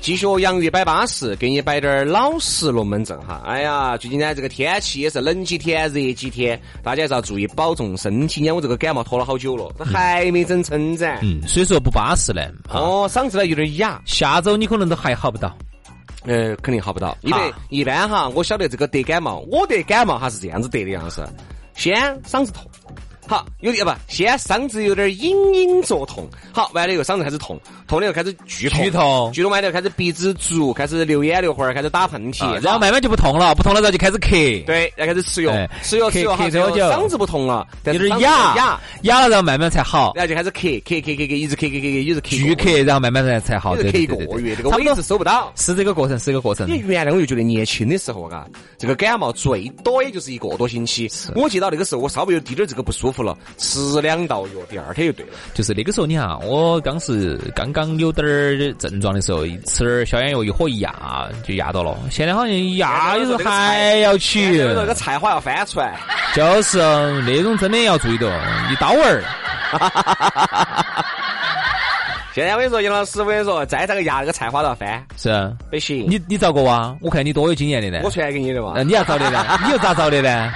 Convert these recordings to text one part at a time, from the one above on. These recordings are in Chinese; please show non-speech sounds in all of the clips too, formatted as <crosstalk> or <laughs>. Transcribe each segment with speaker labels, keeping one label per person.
Speaker 1: 继续洋芋摆巴适，给你摆点儿老实龙门阵哈。哎呀，最近呢这个天气也是冷几天热几天，大家还是要注意保重身体。你看我这个感冒拖了好久了，它还没整成展。
Speaker 2: 嗯，所以说不巴适呢。哦，
Speaker 1: 哦，嗓子呢有点哑，
Speaker 2: 下周你可能都还好不到。嗯
Speaker 1: 呃，肯定好不到，因为
Speaker 2: 啊
Speaker 1: 一般哈，我晓得这个得感冒，我得感冒它是这样子得的样子，先嗓子痛。好，有点啊不，先嗓子有点隐隐作痛，好，完了以后嗓子开始痛，痛了以后开始剧痛，
Speaker 2: 剧痛
Speaker 1: 剧痛完了以后开始鼻子堵，开始流眼流花，开始打喷嚏，
Speaker 2: 哎啊然后慢慢就不痛了，不痛了然后就开始咳，
Speaker 1: 对，要开始吃药
Speaker 2: 哎，
Speaker 1: 吃药
Speaker 2: 咳
Speaker 1: 吃药，
Speaker 2: 咳
Speaker 1: 哈，
Speaker 2: 多
Speaker 1: 最后
Speaker 2: 久
Speaker 1: 嗓子不痛了，但
Speaker 2: 有
Speaker 1: 是
Speaker 2: 点
Speaker 1: 嗓子
Speaker 2: 哑，
Speaker 1: 哑，
Speaker 2: 哑了然后慢慢才好，
Speaker 1: 然后就开始咳咳咳咳咳，一直咳咳咳咳，一直咳，
Speaker 2: 剧，咳，然后慢慢才才好。
Speaker 1: 一直咳
Speaker 2: 对对
Speaker 1: 一
Speaker 2: 哦对对
Speaker 1: 个月，这
Speaker 2: 对，
Speaker 1: 个
Speaker 2: 差不
Speaker 1: 位
Speaker 2: 多
Speaker 1: 置收不到。
Speaker 2: 是这个过程，是这个过程
Speaker 1: 因。为原来我就觉得年轻的时候啊，这个感冒最多也就是一个多星期。我记到那个时候，我稍微有滴点儿这个不舒服了，吃两道药，第二天就对了。
Speaker 2: 就是那个时候，你看啊，我当时刚刚有点儿症状的时候，吃点儿消炎药，一喝一压就压到了。现在好像压有时候还要
Speaker 1: 现 <laughs>
Speaker 2: 起
Speaker 1: 在，那个菜花要翻出来，
Speaker 2: 就是那种真的要注意的，一刀儿。
Speaker 1: 现在我跟你说，杨老师，我跟你说，再咋个压那个菜花都要翻，
Speaker 2: 是啊
Speaker 1: 不行。
Speaker 2: 你你嗯遭过哇？我看你多有经验的呢
Speaker 1: 我。传给你的嘛
Speaker 2: 那。你要遭的呢？你又咋遭的呢？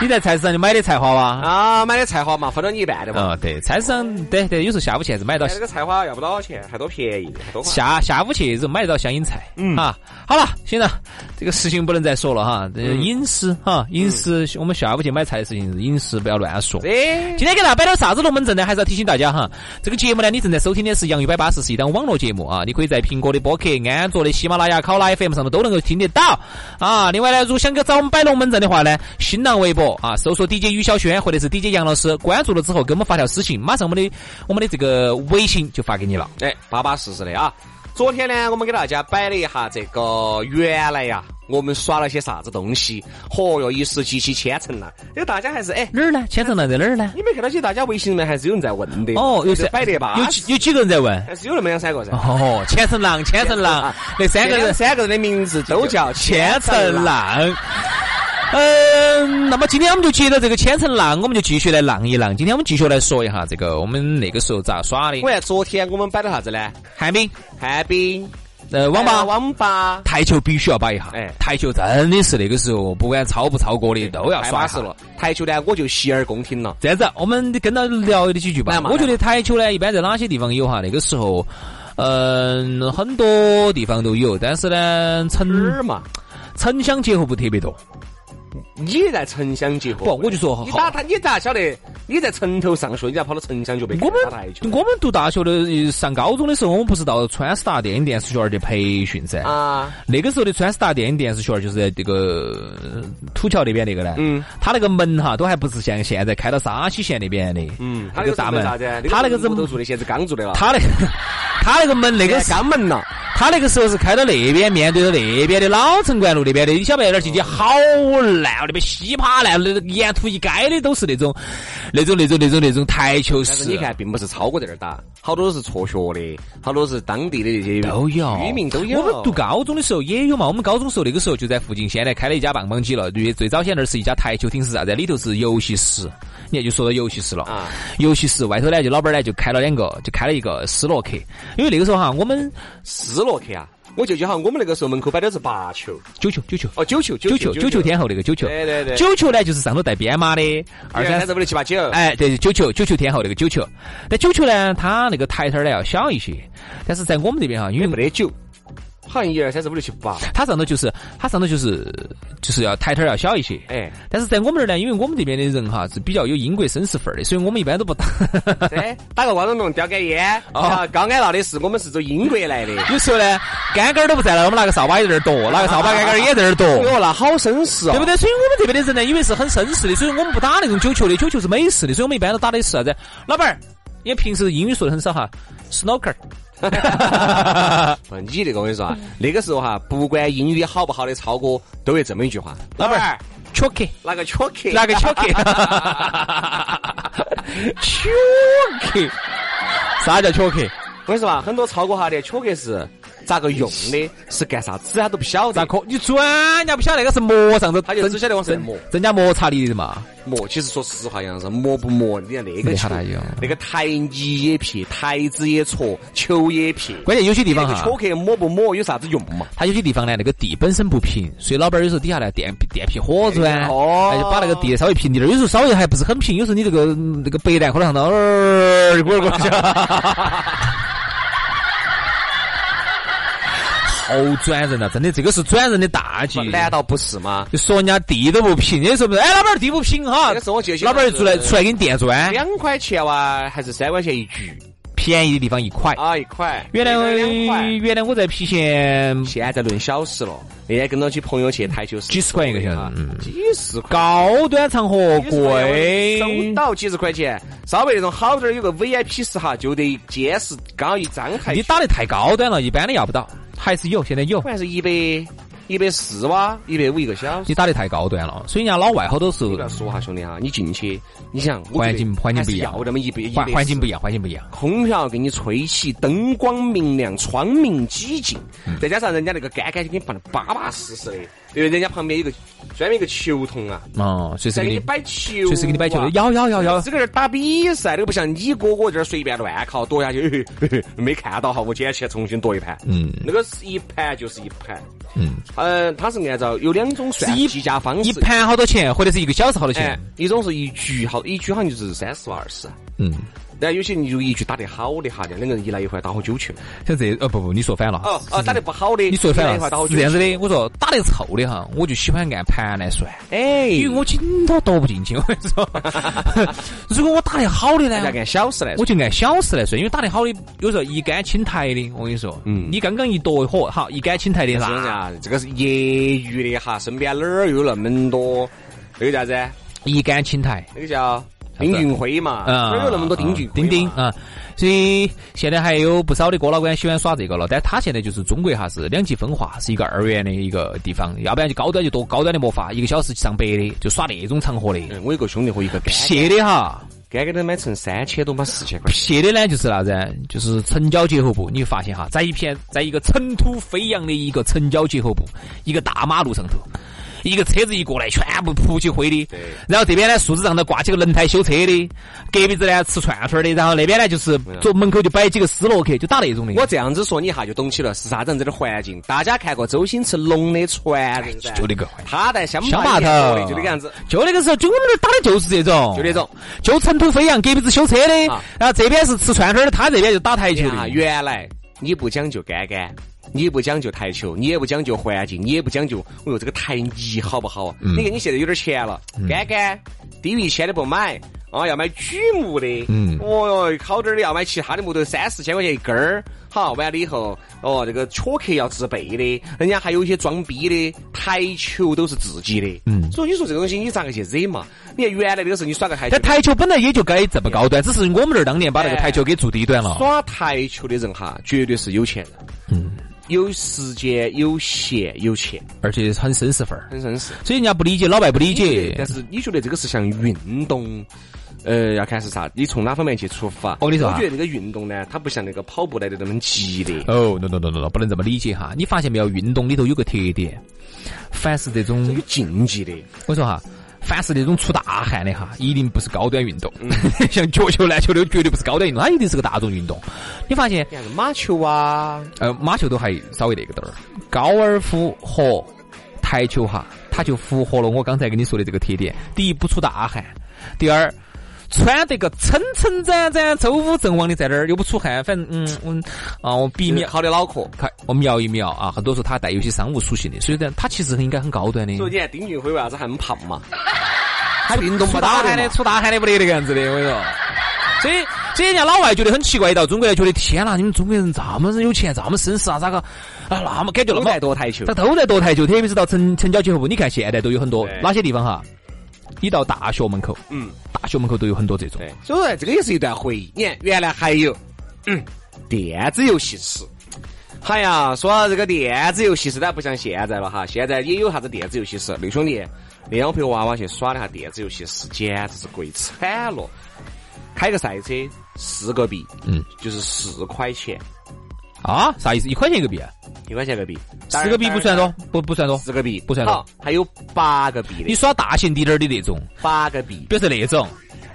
Speaker 2: 你在菜市场就买的菜花哇？
Speaker 1: 啊，买的菜花嘛，分了你一半的嘛。
Speaker 2: 嗯，对，菜市场对对，有时候下午去还是买到
Speaker 1: 哎，那个菜花要不多少钱，还多便宜，还多花。
Speaker 2: 下下午去是买得到香阴菜。嗯啊，好了，先生，这个事情不能再说了哈。这个
Speaker 1: 嗯
Speaker 2: 饮食哈，饮食，我们下午去买菜的事情，饮食不要乱说。
Speaker 1: 哎，
Speaker 2: 今天给大家摆点啥子龙门阵呢？还是要提醒大家哈，这个节目呢，你正在收听的是《杨一百八十》，是一档网络节目啊，你可以在苹果的播客、安卓的喜马拉雅、考拉 FM 上头都能够听得到啊。另外呢，如果想给找我们摆龙门阵的话呢，新浪微博啊，搜索 DJ 于小轩或者是 DJ 杨老师，关注了之后给我们发条私信，马上我们的我们的这个微信就发给你了。
Speaker 1: 哎，巴巴适适的啊。昨天呢，我们给大家摆了一下这个原来呀，我们耍了些啥子东西。嚯哟，一时激起千层了。这个大家还是哎，
Speaker 2: 哪儿呢？千层浪在哪儿呢？
Speaker 1: 你没看到起大家微信里面还是有人在问的
Speaker 2: 哦，有
Speaker 1: 有
Speaker 2: 谁
Speaker 1: 摆得吧？
Speaker 2: 有几有几个人在问？
Speaker 1: 还是有那么两三个人。
Speaker 2: 哦，千层浪，千层浪，那三个人
Speaker 1: 这三个人的名字都叫
Speaker 2: 千层
Speaker 1: 浪。
Speaker 2: 浪。嗯，那么今天我们就接着这个千层浪，我们就继续来浪一浪。今天我们继续来说一下这个我们那个时候咋耍的
Speaker 1: 我。看昨天我们摆了啥子呢？哎
Speaker 2: 旱冰，
Speaker 1: 旱冰、
Speaker 2: 呃，网吧。
Speaker 1: 网吧。
Speaker 2: 台球必须要摆一下，
Speaker 1: 哎
Speaker 2: 台球真的是那个时候不管超不超过的都要
Speaker 1: 太
Speaker 2: 耍
Speaker 1: 巴
Speaker 2: 一
Speaker 1: 适
Speaker 2: 下
Speaker 1: 了。台球呢，我就洗耳恭听了。
Speaker 2: 这样子，我们跟到聊的几句吧
Speaker 1: 来。嘛
Speaker 2: 我觉得台球呢，一般在哪些地方有哈？那个时候，嗯、很多地方都有，但是呢，
Speaker 1: 哪
Speaker 2: 城
Speaker 1: 儿嘛？
Speaker 2: 城乡结合部特别多。
Speaker 1: 你在城乡结合
Speaker 2: 不，我就说，
Speaker 1: 你
Speaker 2: 哦好
Speaker 1: 打他，你咋晓得？你在城头上学，你咋跑到城乡就被
Speaker 2: 我
Speaker 1: 打台球
Speaker 2: 们我们读大学的呃上高中的时候，我们不是到川师大电影电视学院去培训噻？
Speaker 1: 啊？
Speaker 2: 那个时候的川师大电影电视学院就是在这个呃土桥那边那个呢，
Speaker 1: 嗯，
Speaker 2: 它那个门哈都还不是像现在开到沙溪县那边的，
Speaker 1: 嗯，他
Speaker 2: 那
Speaker 1: 那个
Speaker 2: 大
Speaker 1: 大
Speaker 2: 门
Speaker 1: 门啥子？，
Speaker 2: 它那个是
Speaker 1: 木头做的，现在是钢做的了。
Speaker 2: 它那个它那个门那
Speaker 1: 那
Speaker 2: 个
Speaker 1: 个
Speaker 2: 是
Speaker 1: 钢门
Speaker 2: <laughs>
Speaker 1: 了，
Speaker 2: 他那个时候是开到那边，面对着那边的老城管路那边的，你晓不晓得那儿进去好烂哦，那边稀巴烂，那个沿途一街的都是那种那种那种那种那种台球
Speaker 1: 但是
Speaker 2: 室。啊
Speaker 1: 你看，并不是超过这儿打，好多都是辍学的，好多是当地的那些
Speaker 2: 都有
Speaker 1: 居民都有。
Speaker 2: 我们读高中的时候也有嘛。我们高中时候那个时候就在附近，现在开了一家棒棒鸡了。最最早先那儿是一家台球厅是啥子？里头是游戏室。你看，就说到游戏室了。
Speaker 1: 啊，
Speaker 2: 游戏室外头呢，就老板呢就开了两个，就开了一个斯诺克。因为那个时候哈，我们
Speaker 1: 斯诺克啊，我舅舅好像我们那个时候门口摆的是八球，
Speaker 2: 九球九球
Speaker 1: 哦，九球，
Speaker 2: 九
Speaker 1: 球，
Speaker 2: 球九球，天后那个九球。
Speaker 1: 对对对，
Speaker 2: 九球呢，就是上头带编码的，二
Speaker 1: 二
Speaker 2: 三
Speaker 1: 三
Speaker 2: 四
Speaker 1: 四五六七八九，
Speaker 2: 哎，对，九球九球天后那个九球，但九球呢，它那个台台儿呢要小一些，但是在我们这边哈，
Speaker 1: 也
Speaker 2: 因为
Speaker 1: 没得九，好像一二三四五六七八，
Speaker 2: 它上头就是它上头就是就是要台台儿要小一些， <laughs>
Speaker 1: 哎，
Speaker 2: 但是在我们这儿呢，因为我们这边的人哈是比较有英国绅士范儿的，所以我们一般都不打。
Speaker 1: 对，哎打个光荣龙，叼根烟，
Speaker 2: 哦
Speaker 1: 啊，高安闹的是我们是走英国来的。
Speaker 2: <laughs> 有时候呢，杆杆儿都不在了，我们拿个扫把也在这儿剁，拿个
Speaker 1: <laughs>
Speaker 2: 扫把杆杆儿也在这儿剁。
Speaker 1: 哟，那好绅士
Speaker 2: 对不
Speaker 1: <laughs> 哦！
Speaker 2: 对？所以我们这边的人呢，因为是很绅士的，所以我们不打那种九球的，九球是美式的，所以我们一般都打的是啥子？老板儿，因为平时英语说的很少哈，snooker，
Speaker 1: 不，哎你这个我跟你说啊，那个时候哈，不管英语好不好的超哥，都会这么一句话：
Speaker 2: 老板儿，巧克，
Speaker 1: 拿个巧克力，
Speaker 2: 拿个巧克，巧克，啥叫巧克？
Speaker 1: 我跟你说啊吧，很多超哥哈连巧克力是咋个用的，是干啥子啊他都不晓
Speaker 2: 咋
Speaker 1: 得。
Speaker 2: 可？你专家不晓得那个是磨上头，
Speaker 1: 他就只晓得往上
Speaker 2: 增
Speaker 1: 磨
Speaker 2: 增加摩擦力的嘛。
Speaker 1: 磨，其实说实话，杨老师磨不磨，你看那个球
Speaker 2: 没啥大用，
Speaker 1: 那个台泥也撇，台子也戳，球也撇。
Speaker 2: 关键有些地
Speaker 1: 那
Speaker 2: 方啊
Speaker 1: <laughs> 个
Speaker 2: 哈
Speaker 1: 巧，克力磨不磨有啥子用嘛？
Speaker 2: 它有些地方呢，那个地本身不平，所以老板儿有时候底下呢垫垫皮火砖，
Speaker 1: 哦
Speaker 2: 哎就把那个地稍微平点儿。有时候稍微还不是很平，有时候你这个嗯这个白蛋可能上到呃滚儿滚儿去，啊
Speaker 1: <laughs>
Speaker 2: 好转人呐、真的，这个是转人的大忌
Speaker 1: <laughs> 不。难道不是吗？
Speaker 2: 就说人家地都不平，有时候不是哎，老板儿地不平哈
Speaker 1: 那个时候我记得，
Speaker 2: 老板儿就出来出来给你垫砖，
Speaker 1: 两块钱哇，还是三块钱一局
Speaker 2: 便宜的地方一块。
Speaker 1: 啊？一块，
Speaker 2: 原来
Speaker 1: 那个两块。
Speaker 2: 原来我在郫县
Speaker 1: 现在论小时了，那天跟着起朋友去台球室，
Speaker 2: 几十块一个小时
Speaker 1: 啊，
Speaker 2: 嗯
Speaker 1: 几十块。
Speaker 2: 高端场合
Speaker 1: 贵，
Speaker 2: 贵，
Speaker 1: 收到几十块钱，稍微那种好点儿有个 VIP 室哈，就得结实刚一张台
Speaker 2: 你
Speaker 1: 去，
Speaker 2: 打得太高端了，一般的要不到，还是有，现在有
Speaker 1: 好。像是一百一百四哇，一百五一个小时
Speaker 2: 你。打得太高端了，所以人家老外好多时候
Speaker 1: 你不要说哈，兄弟哈，你进去，你想我觉得
Speaker 2: 嗯环境环境不一样
Speaker 1: 还是要那么一百一
Speaker 2: 环
Speaker 1: 百
Speaker 2: 环境
Speaker 1: 四
Speaker 2: 不一样，环境不一样。
Speaker 1: 空调给你吹起，灯光明亮，窗明几净，
Speaker 2: 嗯
Speaker 1: 再加上人家那个杆杆就给你放得巴巴适适的，因为人家旁边有个专门一个球童啊，
Speaker 2: 哦，随时
Speaker 1: 在
Speaker 2: 给
Speaker 1: 给
Speaker 2: 你
Speaker 1: 你，摆球、
Speaker 2: 随时给你摆球的，。要要要要。
Speaker 1: 这个人打比赛，这个不像你哥我这儿随便乱靠躲下去， <laughs> 嘿嘿嘿没看到哈，我捡起来重新躲一盘。
Speaker 2: 嗯
Speaker 1: 那个是一盘就是一盘，
Speaker 2: 嗯，
Speaker 1: 嗯，它是按照有两种算
Speaker 2: 是一
Speaker 1: 计价方
Speaker 2: 一
Speaker 1: 式，
Speaker 2: 盘好多钱，或者是一个小时好多钱
Speaker 1: 哎。，一种是一局好，一局好像就是三十万二十，
Speaker 2: 嗯，
Speaker 1: 然后有些你就一局打得好的哈，两个人一来一回打好久去了。
Speaker 2: 像这呃不不，你说反了。
Speaker 1: 哦哦，打得不好的，
Speaker 2: 你说
Speaker 1: 一
Speaker 2: 反
Speaker 1: 来一块打好
Speaker 2: 了，
Speaker 1: 久
Speaker 2: 是这样子的。我说打得臭的哈，我就喜欢按盘来算。
Speaker 1: 哎，
Speaker 2: 因为我紧都躲不进去，我跟你说。 <laughs> 如果我打得好的呢
Speaker 1: 大，家按小时来
Speaker 2: 我
Speaker 1: 说，
Speaker 2: 就按小时来算，因为打得好的有时候一杆清台的，我跟你说，
Speaker 1: 嗯
Speaker 2: 你刚刚一夺一火，好一杆清台的
Speaker 1: 是不是
Speaker 2: 啥？
Speaker 1: 啊？这个是业余的哈，身边哪儿有那么多？那个叫啥子？
Speaker 2: 一杆清台，
Speaker 1: 那个叫丁俊晖嘛？
Speaker 2: 嗯，
Speaker 1: 啊哪儿有那么多丁俊晖嘛？
Speaker 2: 丁丁啊，所以现在还有不少的哥老倌喜欢耍这个了，但他现在就是中国哈是两极分化，是一个二元的一个地方，要不然就高端就多高端的没法，一个小时上百的就耍那种场合的，
Speaker 1: 嗯，我有个兄弟和一个干
Speaker 2: 撇的哈。
Speaker 1: 干给他买成三千多嘛，四千块。
Speaker 2: 撇的呢，就是啥子呢？就是城郊结合部，你会发现哈，在一片，在一个尘土飞扬的一个城郊结合部，一个大马路上头，一个车子一过来，全部扑起灰的。
Speaker 1: 对
Speaker 2: 然后这边呢，树枝上头挂几个轮胎修车的，隔壁子呢吃串串的，然后那边呢就是左门口就摆几个斯诺克，就打那种的。
Speaker 1: 我这样子说你一下就懂起了，是啥子样子的环境？大家看过周星驰《龙的传人》噻？
Speaker 2: 就那个环境
Speaker 1: 他在乡
Speaker 2: 小码头
Speaker 1: 哎就那个样子。，
Speaker 2: 就那个时候，就我们那儿打的就是这种，
Speaker 1: 就那种，
Speaker 2: 就尘土飞扬，隔壁子修车的
Speaker 1: 啊，
Speaker 2: 然后这边是吃串串的，他这边就打台球
Speaker 1: 啊，
Speaker 2: 的。
Speaker 1: 原来你不讲究杆杆，你不讲究台球，你也不讲究环境，你也不讲究，哎呦，这个台泥好不好啊？你看你现在有点钱了，杆杆低于一千的不买。啊，要买榉木的，
Speaker 2: 嗯
Speaker 1: 哦哟，好点儿的要买其他的木头，三四千块钱一根儿，好，完了以后，哦，这个巧克力要自备的，人家还有一些装逼的，台球都是自己的，嗯，所以你说这个东西你咋个去惹嘛？你看原来那个时候你耍个台球
Speaker 2: 但，台球本来也就该这么高端，只是我们这儿当年把那个台球给做低端了。
Speaker 1: 耍台球的人哈，绝对是有钱人。
Speaker 2: 嗯
Speaker 1: 有时间、有闲、有钱，
Speaker 2: 而且很绅士范儿。
Speaker 1: 很绅士。
Speaker 2: 所以人家不理解，老外不理解。
Speaker 1: 但是你觉得这个是像运动？呃，要看是啥，你从哪方面去出发？
Speaker 2: 我跟你说啊
Speaker 1: 我觉得那个运动呢，它不像那个跑步来的那么激烈。
Speaker 2: 哦、no no no no no，不能这么理解哈。你发现没有，运动里头有个特点，凡是这种
Speaker 1: 这个竞技的，
Speaker 2: 我说哈，凡是那种出大汗的哈，一定不是高端运动。 <laughs> 像脚球、篮球都绝对不是高端运动，它一定是个大众运动。你发现，
Speaker 1: 你看马球啊，
Speaker 2: 呃，马球都还稍微那个点儿，高尔夫和台球哈，它就符合了我刚才跟你说的这个特点：第一，不出大汗；第二。穿得个撑撑展展、周武正王的在那儿，又不出汗，反正嗯嗯啊，我比
Speaker 1: 你
Speaker 2: 瞄
Speaker 1: 考的脑壳。
Speaker 2: 看，我瞄一瞄啊，很多时候它带有些商务属性的，所以呢，它其实应该很高端的。
Speaker 1: 所以你看丁俊晖为啥子还那么胖
Speaker 2: <laughs>
Speaker 1: 嘛？他
Speaker 2: 出
Speaker 1: 运动
Speaker 2: 出
Speaker 1: 不打
Speaker 2: 大汗的，
Speaker 1: 的嘛。
Speaker 2: 出大汗的不得那个样子的，我跟你说。所以， <laughs> 所以人家老外觉得很奇怪，一到中国来觉得天啦，你们中国人这么有钱，这么绅士啊，咋个啊那么感觉那
Speaker 1: 都
Speaker 2: 么
Speaker 1: 在多台球
Speaker 2: 他，都在夺台球，特别是到城城郊结合部，你看现在都有很多
Speaker 1: 对
Speaker 2: 哪些地方哈？你到大学门口，
Speaker 1: 嗯，
Speaker 2: 大学门口都有很多这种
Speaker 1: 对，所以说这个也是一段回忆。你看，原来还有，嗯，电子游戏史。哎呀，说到这个电子游戏史，当然不像现在了哈，现在也有啥子电子游戏史。那兄弟，那天我陪娃娃去耍了下电子游戏史，简直是贵惨了。开个赛车四个币，
Speaker 2: 嗯，
Speaker 1: 就是四块钱，
Speaker 2: 啊，啥意思？一块钱一个币啊，
Speaker 1: 一块钱个币，
Speaker 2: 十个币不算
Speaker 1: 多，
Speaker 2: 多，不不算多。
Speaker 1: 四个币
Speaker 2: 不算多
Speaker 1: 好，还有八个币
Speaker 2: 你
Speaker 1: 的，
Speaker 2: 耍大型滴点儿的那种，
Speaker 1: 八个币。
Speaker 2: 比如说那种，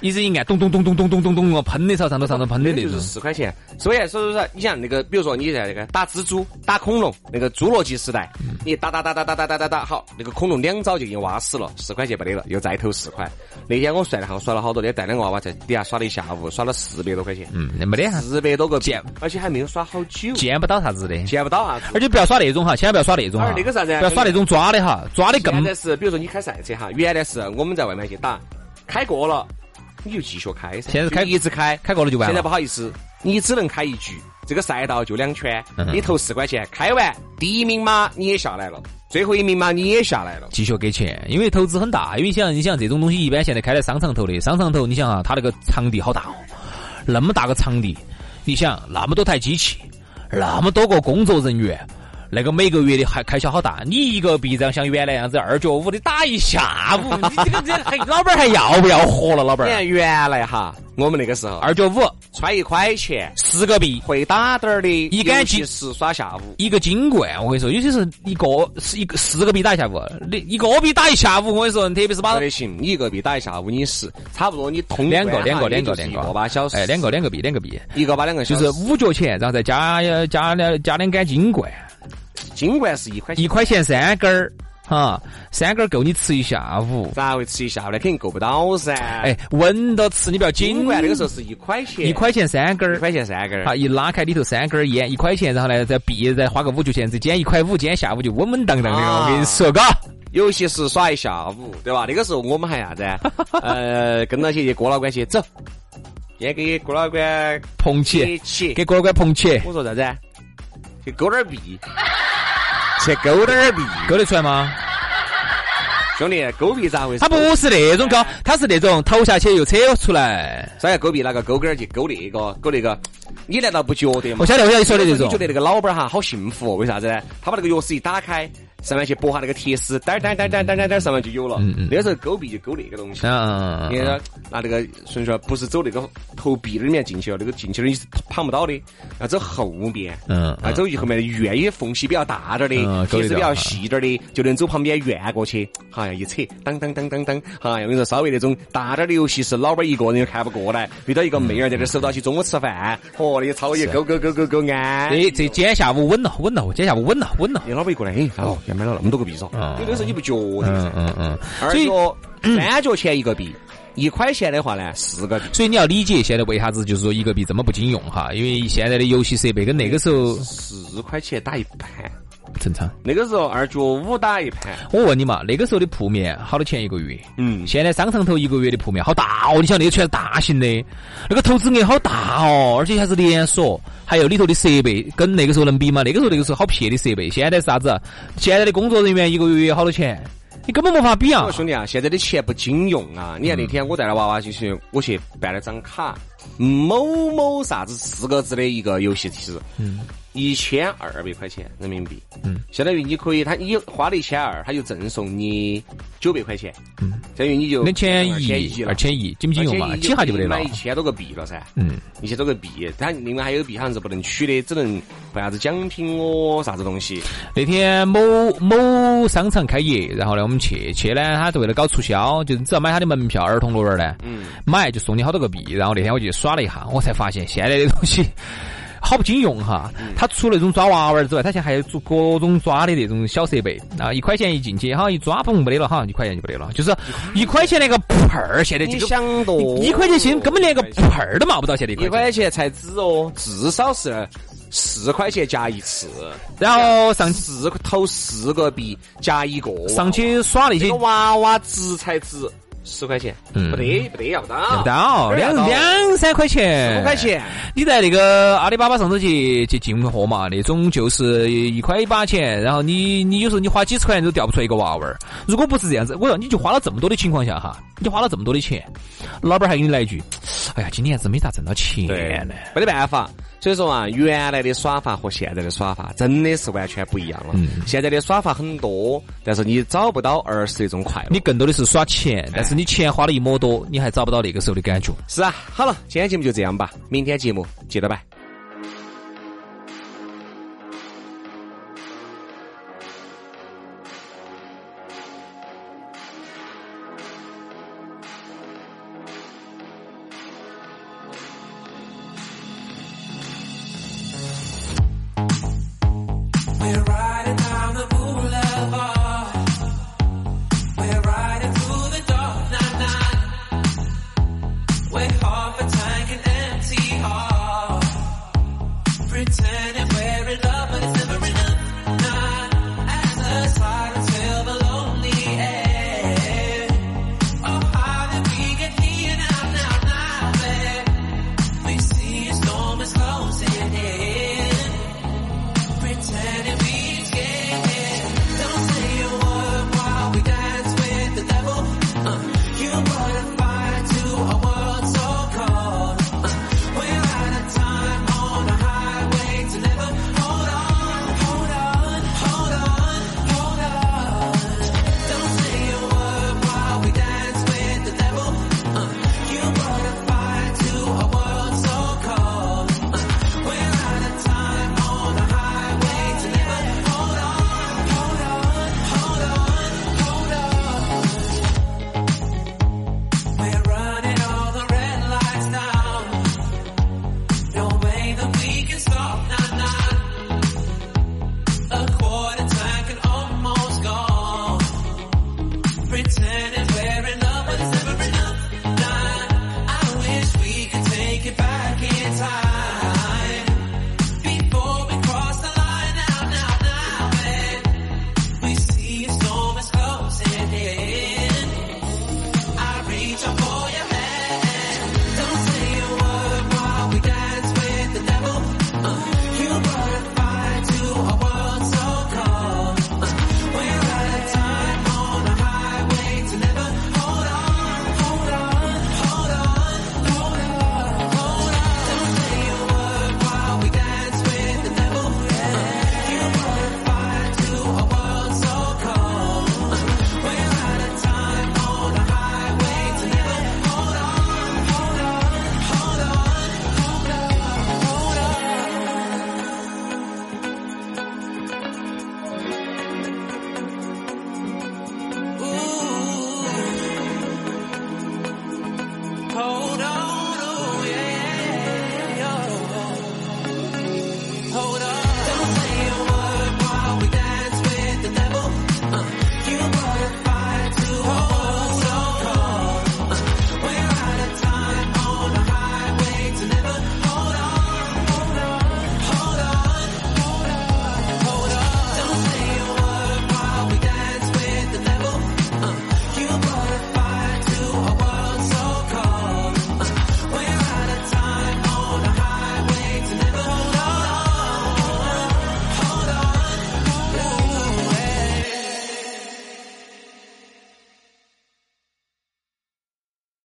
Speaker 2: 一直一按咚咚咚咚咚咚咚咚，喷的朝上头上头喷的那
Speaker 1: 就
Speaker 2: 种
Speaker 1: 是。四块钱。所以说说说，你像那个，比如说你在那个打蜘蛛、打恐龙，那个侏罗纪时代，
Speaker 2: 嗯
Speaker 1: 你打打打打打打打打打，好，那个恐龙两爪就给你挖死了，十块钱没得了，又再投四块。那天我算了下，我耍了好多天，带两个娃娃在底下耍了一下午，耍了四百多块钱，
Speaker 2: 嗯，那没得啥，
Speaker 1: 四百多个币
Speaker 2: 见，
Speaker 1: 而且还没有耍好久，
Speaker 2: 见不到啥子的。
Speaker 1: 见不到啊。
Speaker 2: 而且不要耍那种哈，千万不要耍那种哈
Speaker 1: 而。那个啥子啊
Speaker 2: 不要耍那种抓的哈，抓的更
Speaker 1: 现在是，比如说你开赛车哈，原来是我们在外面去打，开过了你就继续开噻，
Speaker 2: 现在是开
Speaker 1: 就一直开，
Speaker 2: 开过了就完
Speaker 1: 现在
Speaker 2: 了
Speaker 1: 不。好意思，你只能开一局，这个赛道就两圈，
Speaker 2: 嗯
Speaker 1: 你投四块钱，开完第一名嘛你也下来了，最后一名嘛你也下来了。
Speaker 2: 继续给钱，因为投资很大，因为像你想这种东西，一般现在开在商场头的，商场头你想啊，它那个场地好大哦，那么大个场地，你想那么多台机器，那么多个工作人员，那个每个月的还开销好大，你一个臂章像原来样子二角五的打一下午，你这个这还老板还要不要活了？老
Speaker 1: 你
Speaker 2: 板儿，
Speaker 1: 看原来哈，我们那个时候
Speaker 2: 二角五
Speaker 1: 揣一块钱，
Speaker 2: 十个币。
Speaker 1: 会打点儿的，
Speaker 2: 一杆
Speaker 1: 其
Speaker 2: 进
Speaker 1: 实耍下午。
Speaker 2: 一个金冠，我跟你说，有些是一个是一个四个币打一下午，那一个币打一下午，我跟你说，特别是把
Speaker 1: 打得行，你一个币打一下午，你十，差不多你通
Speaker 2: 两个
Speaker 1: 关
Speaker 2: 两
Speaker 1: 哈
Speaker 2: 个两个
Speaker 1: 也就是
Speaker 2: 两
Speaker 1: 一个把小时，
Speaker 2: 哎，两个两个币两个币，
Speaker 1: 一个把两个
Speaker 2: 就
Speaker 1: 小时，
Speaker 2: 是五角钱，然后再加呃加两加两杆金棍，
Speaker 1: 尽管是一块钱
Speaker 2: 一，块钱三根儿，哈，三根儿够你吃一下午。
Speaker 1: 咋会吃一下午呢？肯定够不到噻。
Speaker 2: 哎，，闻到吃你不要
Speaker 1: 尽
Speaker 2: 紧，
Speaker 1: 管那个时候是一块钱，
Speaker 2: 一块钱三根
Speaker 1: 一
Speaker 2: 儿。啊
Speaker 1: 块钱三根儿。
Speaker 2: 好，一拉开里头三根儿烟，一块钱，然后呢，再币，再花个五角钱，再捡一块五，今天下午就稳稳当当的了。
Speaker 1: 啊
Speaker 2: 我跟你说，嘎，
Speaker 1: 尤其是耍一下午，对吧？那个时候我们还啥
Speaker 2: <laughs>
Speaker 1: 子啊？呃，跟到些些哥老倌去走，今天给哥老倌
Speaker 2: 捧起，
Speaker 1: 一起。
Speaker 2: 给哥哥捧起，
Speaker 1: 我说啥子啊？去勾点儿币，去勾点儿币，
Speaker 2: 勾得出来吗？
Speaker 1: 兄弟，勾币咋回事？
Speaker 2: 他不是那种高，他是那种投下去又扯出来。
Speaker 1: 啥叫勾币？拿个勾勾儿去勾那个，勾那个，你难道不觉得吗
Speaker 2: 我？晓得，我晓得你说的这
Speaker 1: 你
Speaker 2: 种
Speaker 1: 觉。得那个老板儿哈好幸福哦？为啥子呢？他把那个钥匙一打开，上面去拨下那个铁丝，噔噔噔噔噔噔噔，上面就有了。
Speaker 2: 嗯嗯
Speaker 1: 那个时候勾币就勾那个东西。
Speaker 2: 嗯，
Speaker 1: 你说拿这个顺说不是走那个投币里面进去了，哦那个进去了你是碰不到的，要走后面。
Speaker 2: 嗯
Speaker 1: 啊，走后面的院也缝隙比较大点儿的，
Speaker 2: 嗯
Speaker 1: 铁
Speaker 2: 勾得
Speaker 1: 丝比
Speaker 2: 到
Speaker 1: 较
Speaker 2: 啊
Speaker 1: 细点儿的，就能走旁边院过去。好呀，一扯，当当当当当，好呀，我跟你说，稍微那种大点儿的游戏是老板一个人又看不过来，遇到一个妹儿在这儿守到起中午吃饭，嚯，那些超也勾勾勾勾勾安。
Speaker 2: 这这今哎天下午稳了，稳了，今天下午稳了，稳了。
Speaker 1: 你老板一过来，哎，哦，原来买了那么多个币嗦，
Speaker 2: 嗯
Speaker 1: 因为那时候你不觉得噻
Speaker 2: 嗯嗯嗯，
Speaker 1: 二
Speaker 2: 所以
Speaker 1: 角哎
Speaker 2: 嗯
Speaker 1: 三角钱一个币，一块钱的话呢，四个币。
Speaker 2: 所以你要理解现在为啥子就是说一个币这么不经用哈，因为现在的游戏设备跟那个时候
Speaker 1: 四块钱打一盘，
Speaker 2: 正常。
Speaker 1: 那个时候二角五打一盘，
Speaker 2: 我问你嘛，那个时候的铺面好多钱一个月？
Speaker 1: 嗯
Speaker 2: 现在商场头一个月的铺面好大哦，你想那个全是大型的，那个投资额好大哦，而且还是连锁，还有里头的设备跟那个时候能比吗？那个时候那个时候好撇的设备，现在是啥子？啊现在的工作人员一个月好多钱？你根本没法比啊
Speaker 1: 我！兄弟啊，现在的钱不经用啊！
Speaker 2: 嗯
Speaker 1: 你看那天我带了娃娃就去，我去办了张卡，某某啥子四个字的一个游戏机，
Speaker 2: 嗯
Speaker 1: 一千二百块钱人民币，
Speaker 2: 嗯，
Speaker 1: 相当于你可以，他你花了一千二，他就赠送你九百块钱，
Speaker 2: 嗯，
Speaker 1: 相当于你就
Speaker 2: 两千
Speaker 1: 一
Speaker 2: 一，
Speaker 1: 了
Speaker 2: 啊二。千一，经不经用嘛？
Speaker 1: 而且你
Speaker 2: 几下就没得了
Speaker 1: 买一。千多个币了噻，
Speaker 2: 嗯，
Speaker 1: 一千多个币，它另外还有币好像是不能取的，只能换啥子奖品哦，啥子东西。
Speaker 2: 那天某某商场开业，然后呢，我们去去呢，他是为了搞促销，就是只要买他的门票，儿童乐园呢，
Speaker 1: 嗯，
Speaker 2: 买就送你好多个币。然后那天我就去耍了一下，我才发现现在的东西好不经用哈。
Speaker 1: 嗯
Speaker 2: 他除了那种抓娃娃儿之外，他现在还有做各种抓的那种小设备啊，一块钱一进去，好一抓嘣没得了哈，一块钱就没得了，就是一块钱那个盆儿，现在这
Speaker 1: 嗯你
Speaker 2: 个
Speaker 1: 想多，
Speaker 2: 一块钱现在根本连个盆儿都冒不到，现在一
Speaker 1: 一
Speaker 2: 块钱。
Speaker 1: 块钱才止哦，至少是四块钱加一次，
Speaker 2: 然后上
Speaker 1: 四投四个币加一个娃娃
Speaker 2: 上去耍那
Speaker 1: 这
Speaker 2: 些
Speaker 1: 个娃娃值才值十块钱，
Speaker 2: 嗯
Speaker 1: 不得不得要不到，
Speaker 2: 不到
Speaker 1: 不得要
Speaker 2: 两
Speaker 1: 不到
Speaker 2: 两三块钱，
Speaker 1: 五块。钱，
Speaker 2: 你在那个阿里巴巴上头去去进货嘛，那种就是一块一把钱，然后你你有时候你花几十块钱都掉不出来一个娃娃儿。如果不是这样子，我说你就花了这么多的情况下哈，你就花了这么多的钱，老板还给你来一句，哎呀，今天还是没咋挣到钱呢。
Speaker 1: 没得办法。所以说啊，原来的耍法和现在的耍法真的是完全不一样了。
Speaker 2: 嗯
Speaker 1: 现在的耍法很多，但是你找不到儿时那种快乐。
Speaker 2: 你更多的是耍钱，但是你钱花了一么多，你还找不到那个时候的感觉。
Speaker 1: 是啊，好了，今天节目就这样吧，明天节目接着拜。